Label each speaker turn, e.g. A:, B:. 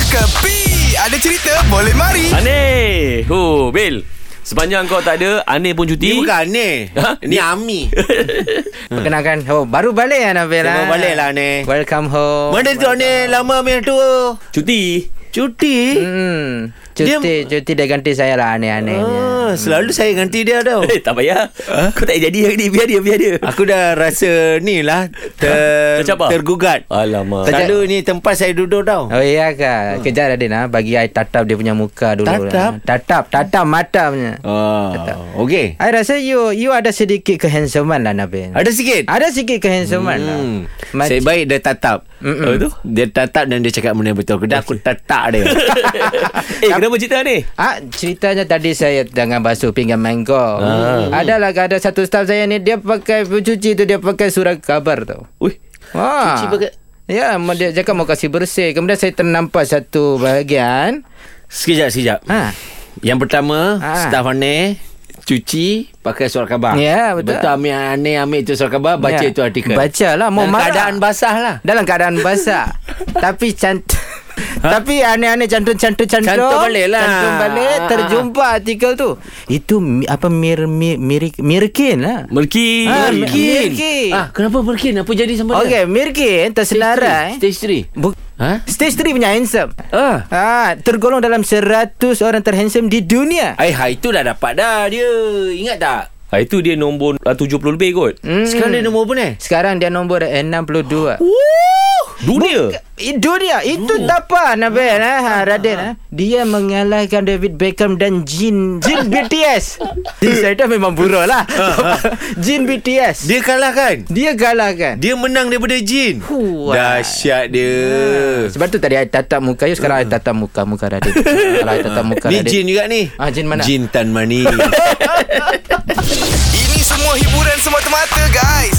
A: Kepi Ada cerita boleh mari
B: Aneh Hu Oh, Bil Sepanjang kau tak ada Aneh pun cuti
C: Ni Eh, bukan ni
B: Ha?
C: Ni Ami
D: Perkenalkan oh, Baru balik lah Nabil
C: Baru
D: ah.
C: balik lah ni.
D: Welcome home
C: Mana tu ni Lama punya tu
B: Cuti
C: Cuti
D: hmm. Cuti
C: Dia-
D: Cuti dia ganti saya lah Aneh-aneh
C: ah, Selalu saya ganti dia tau
B: Eh tak payah Kau tak jadi hari ni Biar dia biar dia
C: Aku dah rasa ni lah ter,
B: Tercabar?
C: Tergugat
B: Alamak
D: Terca-
C: Selalu ni tempat saya duduk tau
D: Oh iya ke Kejap Radin ha? Bagi saya tatap dia punya muka dulu
C: Hmm. Tatap?
D: Tatap Tatap mata punya
C: ah, Okay
D: I rasa you You ada sedikit kehansoman lah Nabil
C: Ada sikit
D: Ada sikit kehansoman hmm. lah
C: Hmm.
D: Mac-
C: Saya baik dia tatap
B: Apa tu?
C: Dia tatap dan dia cakap benda betul Aku dah aku tatap dia
B: Eh kenapa cerita ni
D: Ah, ceritanya tadi saya dengan basuh pinggan mango.
B: Ah.
D: Adalah ada satu staff saya ni dia pakai pencuci tu dia pakai surat khabar tu.
B: Ui
D: Wah.
C: Cuci pakai-
D: Ya, ma- dia cakap mau kasih bersih. Kemudian saya ternampak satu bahagian.
C: Sekejap sekejap
D: Ha.
C: Yang pertama
D: Ah.
C: Staff aneh Cuci Pakai surat khabar
D: Ya, betul.
C: Betul ambil aneh Ambil itu surat khabar Baca
D: Ya.
C: itu artikel
D: Bacalah,
C: Dalam
D: mau marah.
C: keadaan basah lah
D: Dalam keadaan basah. Tapi cant Tapi aneh-aneh cantun-cantun-cantun
C: Ha? Cantun balik lah.
D: Cantun balik
C: Ah, ah,
D: Terjumpa artikel tu Itu mi- apa mir, mir, mir, Mirkin lah
B: Melki
C: Ha,
D: Ah,
C: Merkin
D: Merkin.
C: ah, Kenapa Merkin Apa jadi sama dia
D: Okey, Mirkin tersenarai
C: Stage 3
D: Bu-
C: Ha?
D: Stage 3 punya handsome
C: Ah.
D: Ah, tergolong dalam 100 orang terhandsome di dunia.
B: Eh,
C: Ai, ha, itu dah dapat dah dia. Ingat tak?
B: ha, Itu dia nombor ah, 70 lebih kot
D: Hmm.
C: Sekarang dia nombor apa ni?
D: Sekarang dia nombor 62.
C: Oh,
B: Dunia
D: Eh, Dunia itu tapa Nabil eh ha, Radin eh. Dia mengalahkan David Beckham dan Jin Jin BTS. Jin saya dah memang buruk lah. Jin BTS.
C: Ah, Dia
D: Dia,
C: kalah kan?
D: galahkan.
C: Dia menang daripada Jin.
D: Wah.
C: Dahsyat dia.
D: Sebab tu tadi saya tatap muka you sekarang saya tatap muka muka Radin. Kalau saya tatap muka
C: Ah. Ni
D: Radin.
C: Jin juga ni.
D: Ah, Jin mana?
C: Jin Tan Mani.
A: Ini semua hiburan semata-mata guys